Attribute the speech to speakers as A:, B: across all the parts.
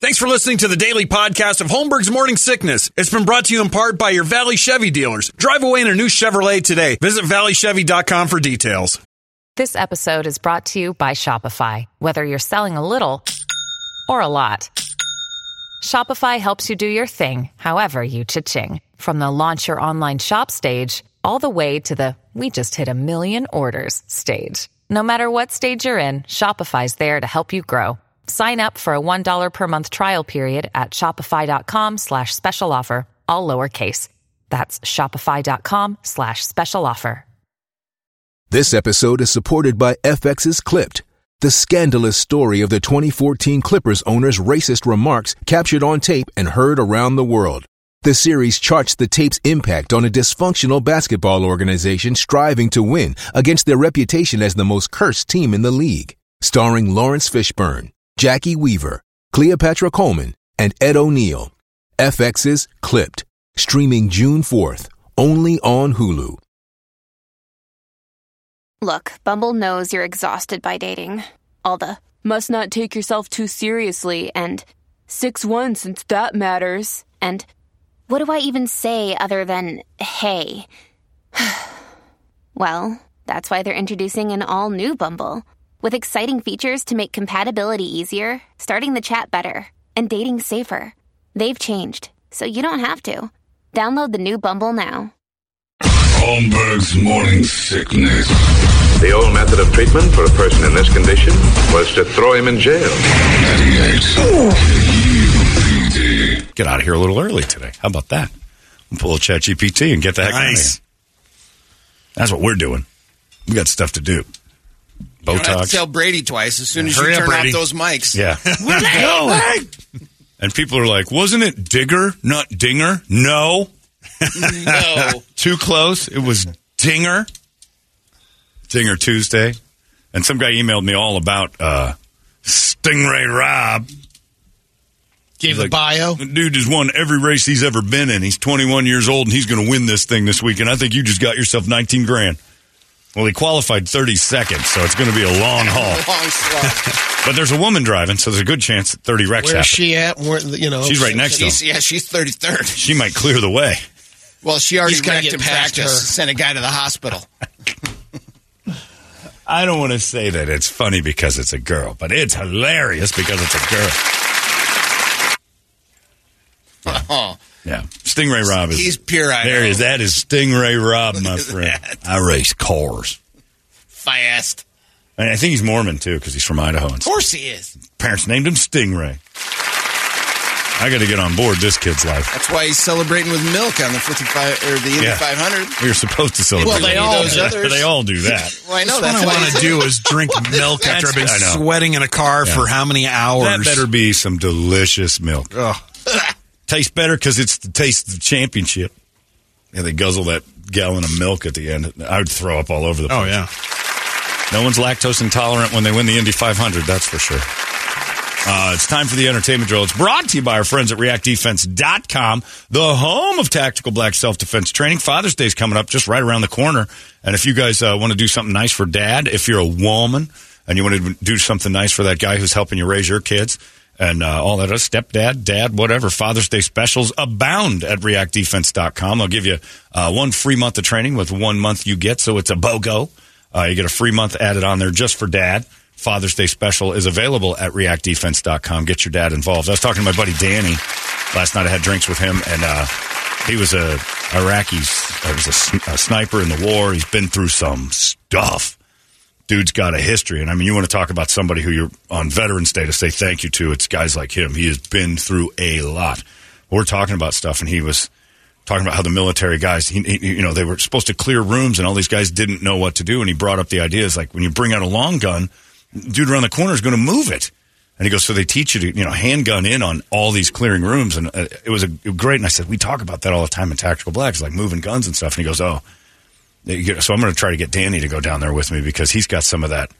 A: Thanks for listening to the daily podcast of Holmberg's Morning Sickness. It's been brought to you in part by your Valley Chevy dealers. Drive away in a new Chevrolet today. Visit valleychevy.com for details.
B: This episode is brought to you by Shopify. Whether you're selling a little or a lot, Shopify helps you do your thing, however you cha-ching. From the launch your online shop stage, all the way to the we just hit a million orders stage. No matter what stage you're in, Shopify's there to help you grow. Sign up for a $1 per month trial period at shopify.com slash special offer, all lowercase. That's shopify.com slash special offer.
C: This episode is supported by FX's Clipped, the scandalous story of the 2014 Clippers owner's racist remarks captured on tape and heard around the world. The series charts the tape's impact on a dysfunctional basketball organization striving to win against their reputation as the most cursed team in the league. Starring Lawrence Fishburne, Jackie Weaver, Cleopatra Coleman, and Ed O'Neill. FX's Clipped, streaming June 4th, only on Hulu.
D: Look, Bumble knows you're exhausted by dating. All the must not take yourself too seriously and 6 1 since that matters. And what do I even say other than hey? well, that's why they're introducing an all new Bumble with exciting features to make compatibility easier, starting the chat better, and dating safer. They've changed, so you don't have to. Download the new Bumble now.
E: Holmberg's morning sickness.
F: The old method of treatment for a person in this condition was to throw him in jail.
E: 98. UPD.
G: Get out of here a little early today. How about that? We'll pull a chat GPT and get the heck
A: Nice.
G: out of here. That's what we're doing. We got stuff to do.
H: You don't have to
G: Botox.
H: tell Brady twice as soon as
A: Hurry
H: you
A: up,
H: turn
A: Brady.
H: off those mics.
G: yeah. no. And people are like, wasn't it Digger, not Dinger? No.
H: No.
G: Too close. It was Dinger. Dinger Tuesday. And some guy emailed me all about uh, Stingray Rob.
I: Gave
G: He's
I: the
G: like,
I: bio.
G: The Dude has won every race he's ever been in. He's 21 years old and he's going to win this thing this week. And I think you just got yourself 19 grand. Well, he qualified 30 seconds, so it's going to be a long haul.
H: Long slog.
G: But there's a woman driving, so there's a good chance that 30 wrecks
I: Where's
G: happen.
I: she at? Where, you know,
G: She's right next to him.
H: She's, yeah, she's 33rd.
G: She might clear the way.
H: Well, she already
I: He's gotta
H: wrecked
I: get
H: in
I: past
H: practice.
I: her.
H: Sent a guy to the hospital.
G: I don't want to say that it's funny because it's a girl, but it's hilarious because it's a girl.
H: Oh,
G: Yeah. Stingray Rob is.
H: He's pure Idaho.
G: There he is. That is Stingray Rob, my friend. I race cars.
H: fast.
G: And I think he's Mormon, too, because he's from Idaho. And
H: Of course he is.
G: parents named him Stingray. I got to get on board this kid's life.
H: That's why he's celebrating with milk on the 55 or the Indy
G: Yeah.
H: 500.
G: We were supposed to celebrate.
H: Well, they
G: it.
H: all do. Others.
G: They all do that.
H: Well, I know
A: What
H: that's
A: I
H: why
A: want
H: he's-
A: to do is drink milk after I've been
G: I know.
A: sweating in a car for how many hours?
G: That better be some delicious milk. Tastes better because it's the taste of the championship. Yeah, they guzzle that gallon of milk at the end. I would throw up all over the place.
A: Oh, yeah.
G: No one's lactose intolerant when they win the Indy 500, that's for sure. Uh, it's time for the entertainment drill. It's brought to you by our friends at reactdefense.com, the home of tactical black self defense training. Father's Day's coming up just right around the corner. And if you guys uh, want to do something nice for dad, if you're a woman and you want to do something nice for that guy who's helping you raise your kids and uh, all that other stepdad, dad, whatever, Father's Day specials abound at reactdefense.com. They'll give you uh, one free month of training with one month you get, so it's a BOGO. Uh, you get a free month added on there just for dad. Father's Day special is available at reactdefense.com. Get your dad involved. I was talking to my buddy Danny last night. I had drinks with him, and uh, he was a Iraqi. He was a, sn- a sniper in the war. He's been through some stuff. Dude's got a history, and I mean, you want to talk about somebody who you're on Veterans Day to say thank you to. It's guys like him. He has been through a lot. We're talking about stuff, and he was talking about how the military guys, he, he- you know, they were supposed to clear rooms and all these guys didn't know what to do. And he brought up the ideas like when you bring out a long gun, dude around the corner is going to move it. And he goes, so they teach you to, you know, handgun in on all these clearing rooms. And uh, it was a it was great. And I said, we talk about that all the time in Tactical Blacks, like moving guns and stuff. And he goes, oh. You get- So I'm going to try to get Danny to go down there with me because he's got some of that.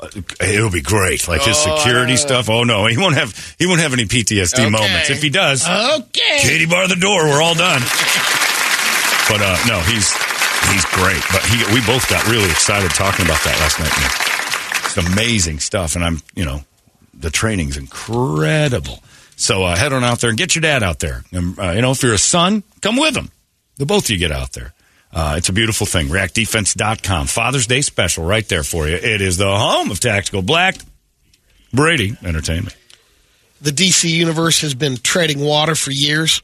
G: uh, It'll be great, like his security stuff. Oh no, he won't have he won't have any PTSD
H: Okay.
G: moments. If he does,
I: Okay.
G: Katie, bar the door. We're all done. but uh, no, he's he's great. But he, we both got really excited talking about that last night. man. It's amazing stuff, and I'm you know the training's incredible. So uh, head on out there and get your dad out there. And, uh, you know, if you're a son, come with him. The both of you get out there. Uh, it's a beautiful thing. ReactDefense.com. Father's Day special right there for you. It is the home of Tactical Black Brady Entertainment.
I: The DC universe has been treading water for years,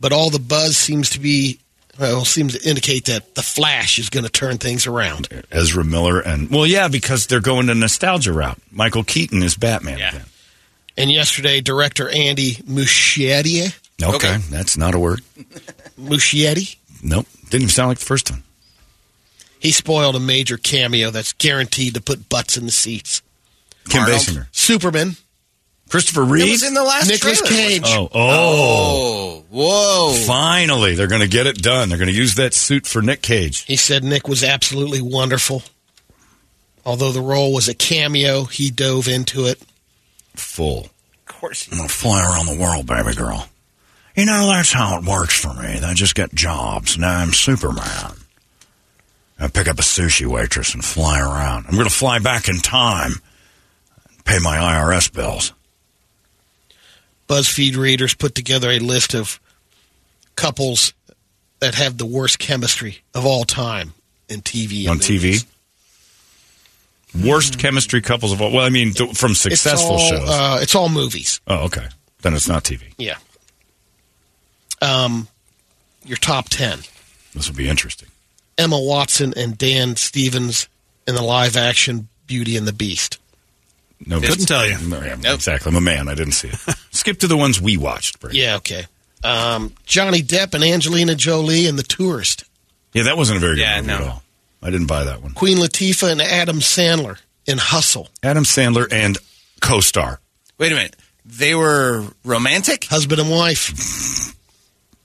I: but all the buzz seems to be well seems to indicate that the Flash is going to turn things around.
G: Ezra Miller and well, yeah, because they're going the nostalgia route. Michael Keaton is Batman. again.
I: And yesterday, director Andy Muschietti,
G: Okay. that's not a word.
I: Muschietti,
G: Nope, didn't even sound like the first one.
I: he spoiled a major cameo that's guaranteed to put butts in the seats.
G: Kim
H: Arnold.
G: Basinger,
I: Superman,
G: Christopher
H: It
G: Reeve.
H: was in the last
I: Nicholas
H: trailer.
I: Cage.
G: oh, oh,
H: Oh, whoa.
G: finally, they're going to get it done. They're going to use that suit for Nick Cage.
I: He said Nick was absolutely wonderful. Although the role was a cameo, he dove into it.
G: Full.
H: Of course.
G: I'm going to fly around the world, baby girl. You know, that's how it works for me. I just get jobs. Now I'm Superman. I pick up a sushi waitress and fly around. I'm going to fly back in time and pay my IRS bills.
I: BuzzFeed readers put together a list of couples that have the worst chemistry of all time in TV.
G: on
I: and movies.
G: TV. Worst chemistry couples of all. Well, I mean, th- from
I: It's
G: successful
I: all,
G: shows.
I: Uh, it's all movies.
G: oh, okay. Then it's not TV.
I: Yeah. Um, your top ten:
G: This will be interesting.
I: Emma Watson and Dan Stevens in the live-action Beauty and the Beast.
G: No,
A: Couldn't tell you.
G: No, yeah,
H: Nope.
G: Exactly. I'm a man. I didn't see it. Skip to the ones we watched. Brady.
I: Yeah. Okay. Um, Johnny Depp and Angelina Jolie and The Tourist.
G: Yeah, that wasn't a very good
H: Yeah,
G: movie
H: no.
G: at all. I didn't buy that one.
I: Queen Latifah and Adam Sandler in Hustle.
G: Adam Sandler and co-star.
H: Wait a minute. They were romantic?
I: Husband and wife.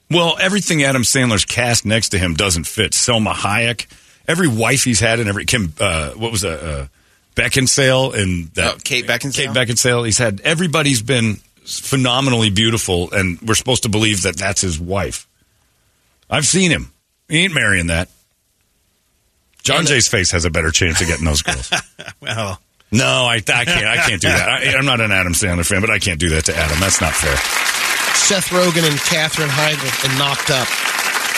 G: Well, everything Adam Sandler's cast next to him doesn't fit. Selma Hayek, every wife he's had, and every Kim, uh, what was that, uh, Beckinsale and that,
H: Oh, Kate Beckinsale?
G: Kate Beckinsale. He's had everybody's been phenomenally beautiful, and we're supposed to believe that that's his wife. I've seen him. He ain't marrying that. John Jay's face has a better chance of getting those girls.
A: Well,
G: no, I, I can't. I can't do that. I, I'm not an Adam Sandler fan, but I can't do that to Adam. That's not fair.
I: Seth Rogen and Katherine Heigl in Knocked Up.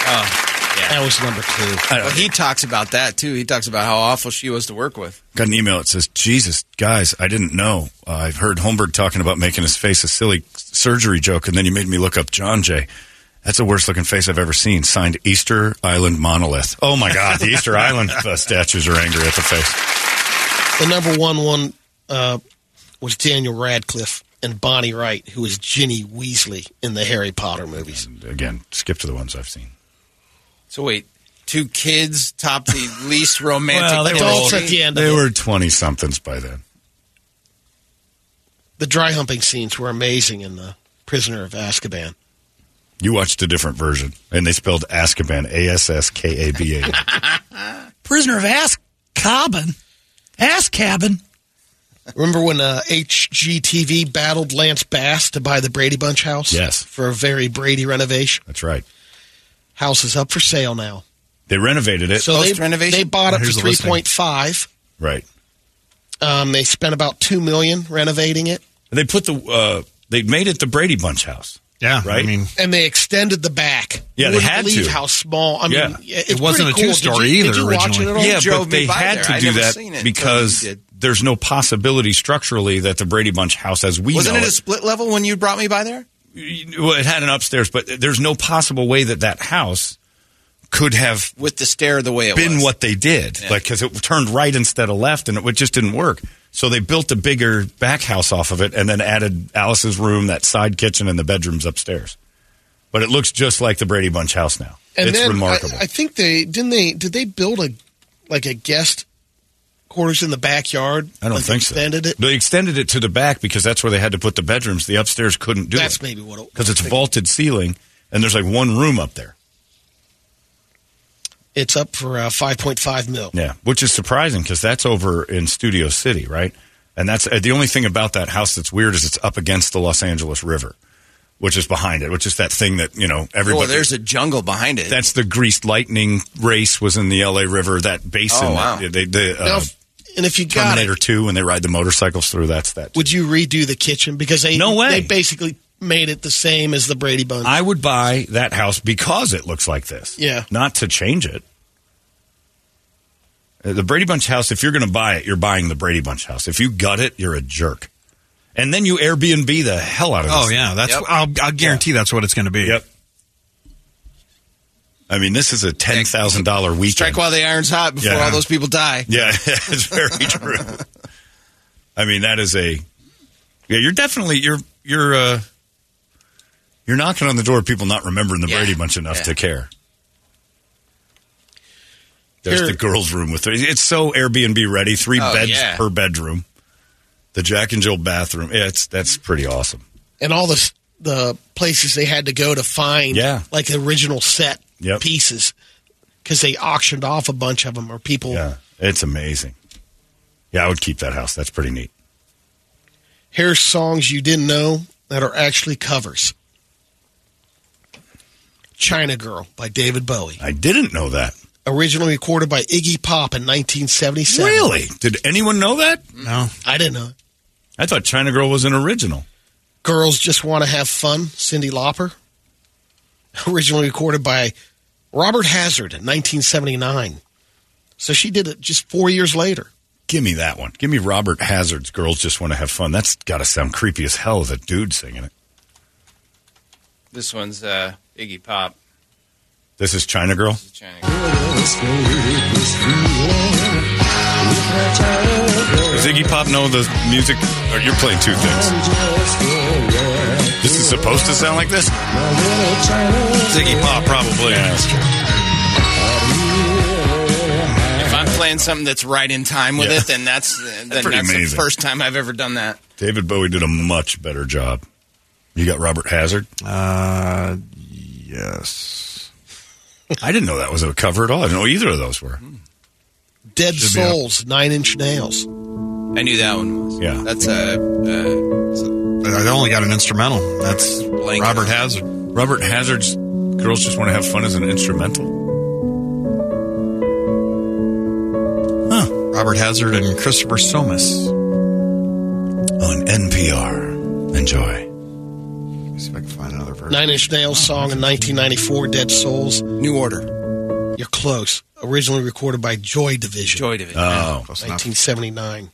H: Yeah.
I: That was number two.
G: I don't
H: Well, he talks about that too. He talks about how awful she was to work with.
G: Got an email that says, Jesus, guys, I didn't know. Uh, I've heard Holmberg talking about making his face a silly surgery joke, and then you made me look up John Jay. That's the worst looking face I've ever seen. Signed Easter Island Monolith. Oh my God, the Easter Island uh, statues are angry at the face.
I: The number one one uh, was Daniel Radcliffe and Bonnie Wright, who was Ginny Weasley in the Harry Potter movies.
G: And again, skip to the ones I've seen.
H: So wait, two kids topped the least romantic.
G: Well, they were
I: Adults
G: all-
I: at the end of
G: They
I: it.
G: were 20 somethings by then.
I: The dry humping scenes were amazing in The Prisoner of Azkaban.
G: You watched a different version, and they spelled Azkaban, A S S K A B A.
J: Prisoner of Ass Cabin. Ass Cabin.
I: Remember when uh, HGTV battled Lance Bass to buy the Brady Bunch house?
G: Yes.
I: For a very Brady renovation.
G: That's right.
I: House is up for sale now.
G: They renovated it.
I: So they,
H: Post-renovation?
I: they bought it for
A: Here's the listing.
I: 3.5.
G: right.
I: Um, they spent about 2 million renovating it.
G: They put the, uh, they made it the Brady Bunch house.
A: yeah,
G: Right?
A: I mean,
I: and they extended the back.
G: Yeah,
I: You
G: they
I: wouldn't
G: had
I: believe
G: to.
I: how small. I mean,
G: Yeah.
I: it's
A: It wasn't
I: pretty
A: a
I: cool.
A: two-story
I: Did you-
A: either
I: did you watch it
A: originally.
I: at all?
G: yeah,
H: drove me
G: but they
H: by
G: had
H: there.
G: to
H: I'd
G: do
H: never
G: that
H: seen it
G: because
H: until you did.
G: there's no possibility structurally that the Brady Bunch house, as we
H: Wasn't
G: know
H: it a split level when you brought me by there?
G: it, well, it had an upstairs, but there's no possible way that that house could have
H: With the stair the way it
G: been
H: was.
G: what they did, Like 'cause like because it turned right instead of left, and it would- just didn't work. So they built a bigger back house off of it, and then added Alice's room, that side kitchen, and the bedrooms upstairs. But it looks just like the Brady Bunch house now.
I: And
G: it's
I: then I-
G: remarkable.
I: I, think they didn't they did they build a like a guest quarters in the backyard.
G: I don't
I: Like,
G: think
I: extended
G: so.
I: it.
G: They extended it to the back because that's where they had to put the bedrooms. The upstairs couldn't do
I: That's
G: it.
I: maybe what it-
G: because it's vaulted ceiling and there's like one room up there.
I: It's up for uh, five point five mil.
G: Yeah, which is surprising because that's over in Studio City, right? And that's uh, the only thing about that house that's weird is it's up against the Los Angeles River, which is behind it, which is that thing that you know everybody.
H: Well, Oh, there's a jungle behind it.
G: that's the greased lightning race was in the L.A. River. That basin.
H: Oh, wow.
G: They- they- uh,
I: Now, if, And if you got it,
G: Terminator 2 when they ride the motorcycles through. That's that.
I: would you redo the kitchen because they
G: No way.
I: they basically made it the same as the Brady Bunch?
G: I would buy that house because it looks like this.
I: Yeah.
G: Not to change it. Uh, The Brady Bunch house, if you're going to buy it, you're buying the Brady Bunch house. If you gut it, you're a jerk. And then you Airbnb the hell out of it.
A: Oh yeah, that's I'll, I'll guarantee that's what it's going to be.
G: Yep. I mean, this is a $10,000 weekend.
H: Strike while the iron's hot before
G: Yeah.
H: all those people die.
G: Yeah, it's very true. I mean, that is a yeah. You're definitely you're you're uh, you're knocking on the door of people not remembering the
H: Yeah.
G: Brady Bunch enough
H: Yeah.
G: to care. There's
I: Here-
G: the girls' room with three. It's so Airbnb ready, three
H: Oh,
G: beds
H: yeah.
G: per bedroom. The Jack and Jill bathroom. Yeah, it's that's pretty awesome.
I: and all the s- the places they had to go to find
G: Yeah.
I: like the original set
G: Yep.
I: pieces because they auctioned off a bunch of them or people
G: Yeah, it's amazing. Yeah, I would keep that house. That's pretty neat.
I: here's songs you didn't know that are actually covers China Girl by David Bowie
G: I didn't know that.
I: originally recorded by Iggy Pop in 1977
G: Really? Did anyone know that?
A: No.
I: I didn't know it.
G: I thought China Girl was an original.
I: Girls Just Want to Have Fun Cindy Lauper originally recorded by Robert Hazard in 1979 so she did it just 4 years later
G: Give me that one. Give me Robert Hazard's Girls Just Want to Have Fun. That's got to sound creepy as hell as a dude singing it.
H: This one's uh, Iggy Pop.
G: This is China Girl.
H: This is China.
G: Does Iggy Pop know the music? Or you're playing two things. This is supposed to sound like this? It's Iggy Pop, probably.
H: If I'm playing something that's right in time with
G: Yeah.
H: it, then that's then that's,
G: pretty
H: the
G: amazing.
H: first time I've ever done that.
G: David Bowie did a much better job. You got Robert Hazard?
A: Uh, yes.
G: I didn't know that was a cover at all. I didn't know either of those were.
I: Dead
A: Should be up.
I: Souls, Nine Inch Nails.
H: I knew that one was.
G: Yeah.
H: That's a. Uh,
A: I only got an instrumental. That's
H: Blank.
A: Robert Hazard.
G: Robert Hazard's Girls Just Want to Have Fun is an instrumental.
A: Robert Hazard and Christopher Somus.
G: On NPR. Enjoy.
A: Let me see if I can find another version.
I: Nine Inch Nails song in 1994, Dead Souls.
H: Oh, New Order.
I: You're close. Originally recorded by Joy Division,
H: Joy Division.
G: Oh.
A: Close enough.
I: 1979.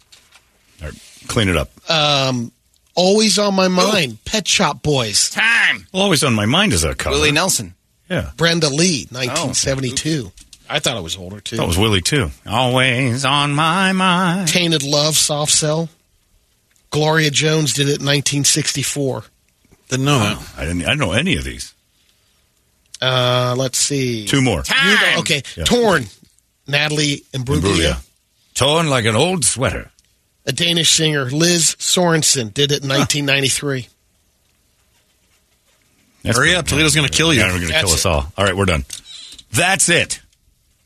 G: All right, clean it up.
I: Um, Always on My Mind, Pet Shop Boys,
H: Time.
G: Well, always on my mind is that cover.
H: Willie Nelson.
G: Yeah.
I: Brenda
H: Oh.
I: Lee, 1972. I thought it was older, too.
G: That was Willie, too. Always on my mind.
I: Tainted Love, Soft Cell. Gloria Jones did it in 1964.
A: Didn't know that.
G: I didn't, I didn't know any of these.
I: Uh, let's see.
G: Two more.
I: You know- okay,
G: Yeah.
I: Torn, Natalie Imbruglia.
G: Imbruglia. Torn like an old sweater.
I: A Danish singer, Liz Sorensen, did it in 1993.
A: Hurry up, Toledo's going to kill you.
G: Yeah, we're going to kill us
I: That's
G: all. All right, we're done. That's it.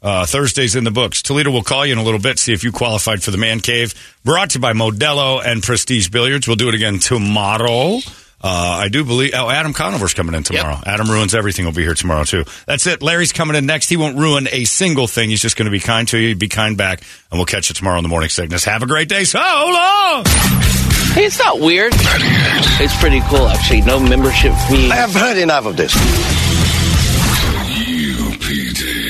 G: Uh, Thursday's in the books. Toledo will call you in a little bit, see if you qualified for the man cave. Brought to you by Modelo and Prestige Billiards. We'll do it again tomorrow. Uh, I do believe. Oh, Adam Conover's coming in tomorrow. Adam ruins everything. Will be here tomorrow too. That's it. Larry's coming in next. He won't ruin a single thing. He's just going to be kind to you. Be kind back, and we'll catch you tomorrow in the morning sickness. Have a great day. So long.
K: Hey, it's not weird. It's pretty cool, actually. No membership fee. I have heard enough of this.
E: UPD.